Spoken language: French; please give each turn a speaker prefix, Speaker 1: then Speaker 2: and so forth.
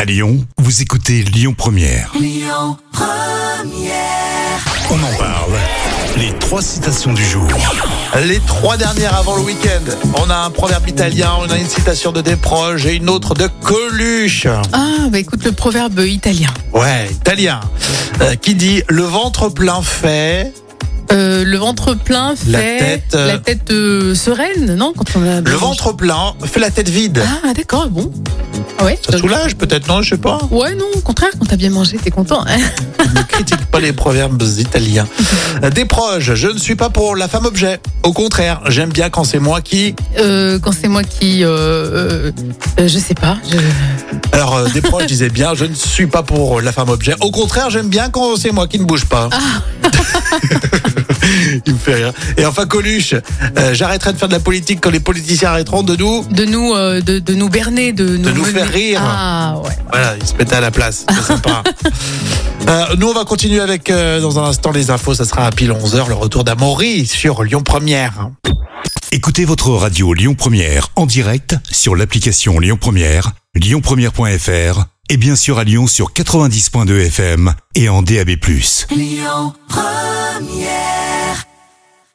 Speaker 1: À Lyon, vous écoutez Lyon Première. On en parle. Les trois citations du jour.
Speaker 2: Les trois dernières avant le week-end. On a un proverbe italien, on a une citation de Desproges et une autre de Coluche.
Speaker 3: Ah, bah écoute, le proverbe italien.
Speaker 2: Ouais, italien. Euh, qui dit le ventre plein fait.
Speaker 3: Euh, le ventre plein fait
Speaker 2: La tête, euh,
Speaker 3: la tête, euh, sereine, non Quand on a
Speaker 2: Le ventre plein fait la tête vide.
Speaker 3: Ah, d'accord, bon. Ah ouais. euh,
Speaker 2: Ça soulage peut-être, non Je sais pas.
Speaker 3: Ouais, non, au contraire, quand t'as bien mangé, t'es content. hein.
Speaker 2: Ne critique pas les proverbes italiens. Euh, Desproges, je ne suis pas pour la femme objet. Au contraire, j'aime bien quand c'est moi qui.
Speaker 3: Euh, quand c'est moi qui, euh, euh, euh, je sais pas. je-
Speaker 2: Alors euh, Desproges disait bien, je ne suis pas pour la femme objet. Au contraire, j'aime bien quand c'est moi qui ne bouge pas. Il me fait rire. Et enfin Coluche, euh, j'arrêterai de faire de la politique quand les politiciens arrêteront de nous.
Speaker 3: De nous, euh, de, de nous berner, de nous,
Speaker 2: nous
Speaker 3: mener.
Speaker 2: faire rire.
Speaker 3: Ah ouais.
Speaker 2: Voilà, il se mettait à la place. C'est sympa. Euh, nous, on va continuer avec, euh, dans un instant, les infos. Ça sera à pile 11h, le retour d'Amaury sur Lyon Première.
Speaker 1: Écoutez votre radio Lyon Première en direct sur l'application Lyon Première, lyonpremière.fr et bien sûr à Lyon sur 90.2 FM et en DAB+.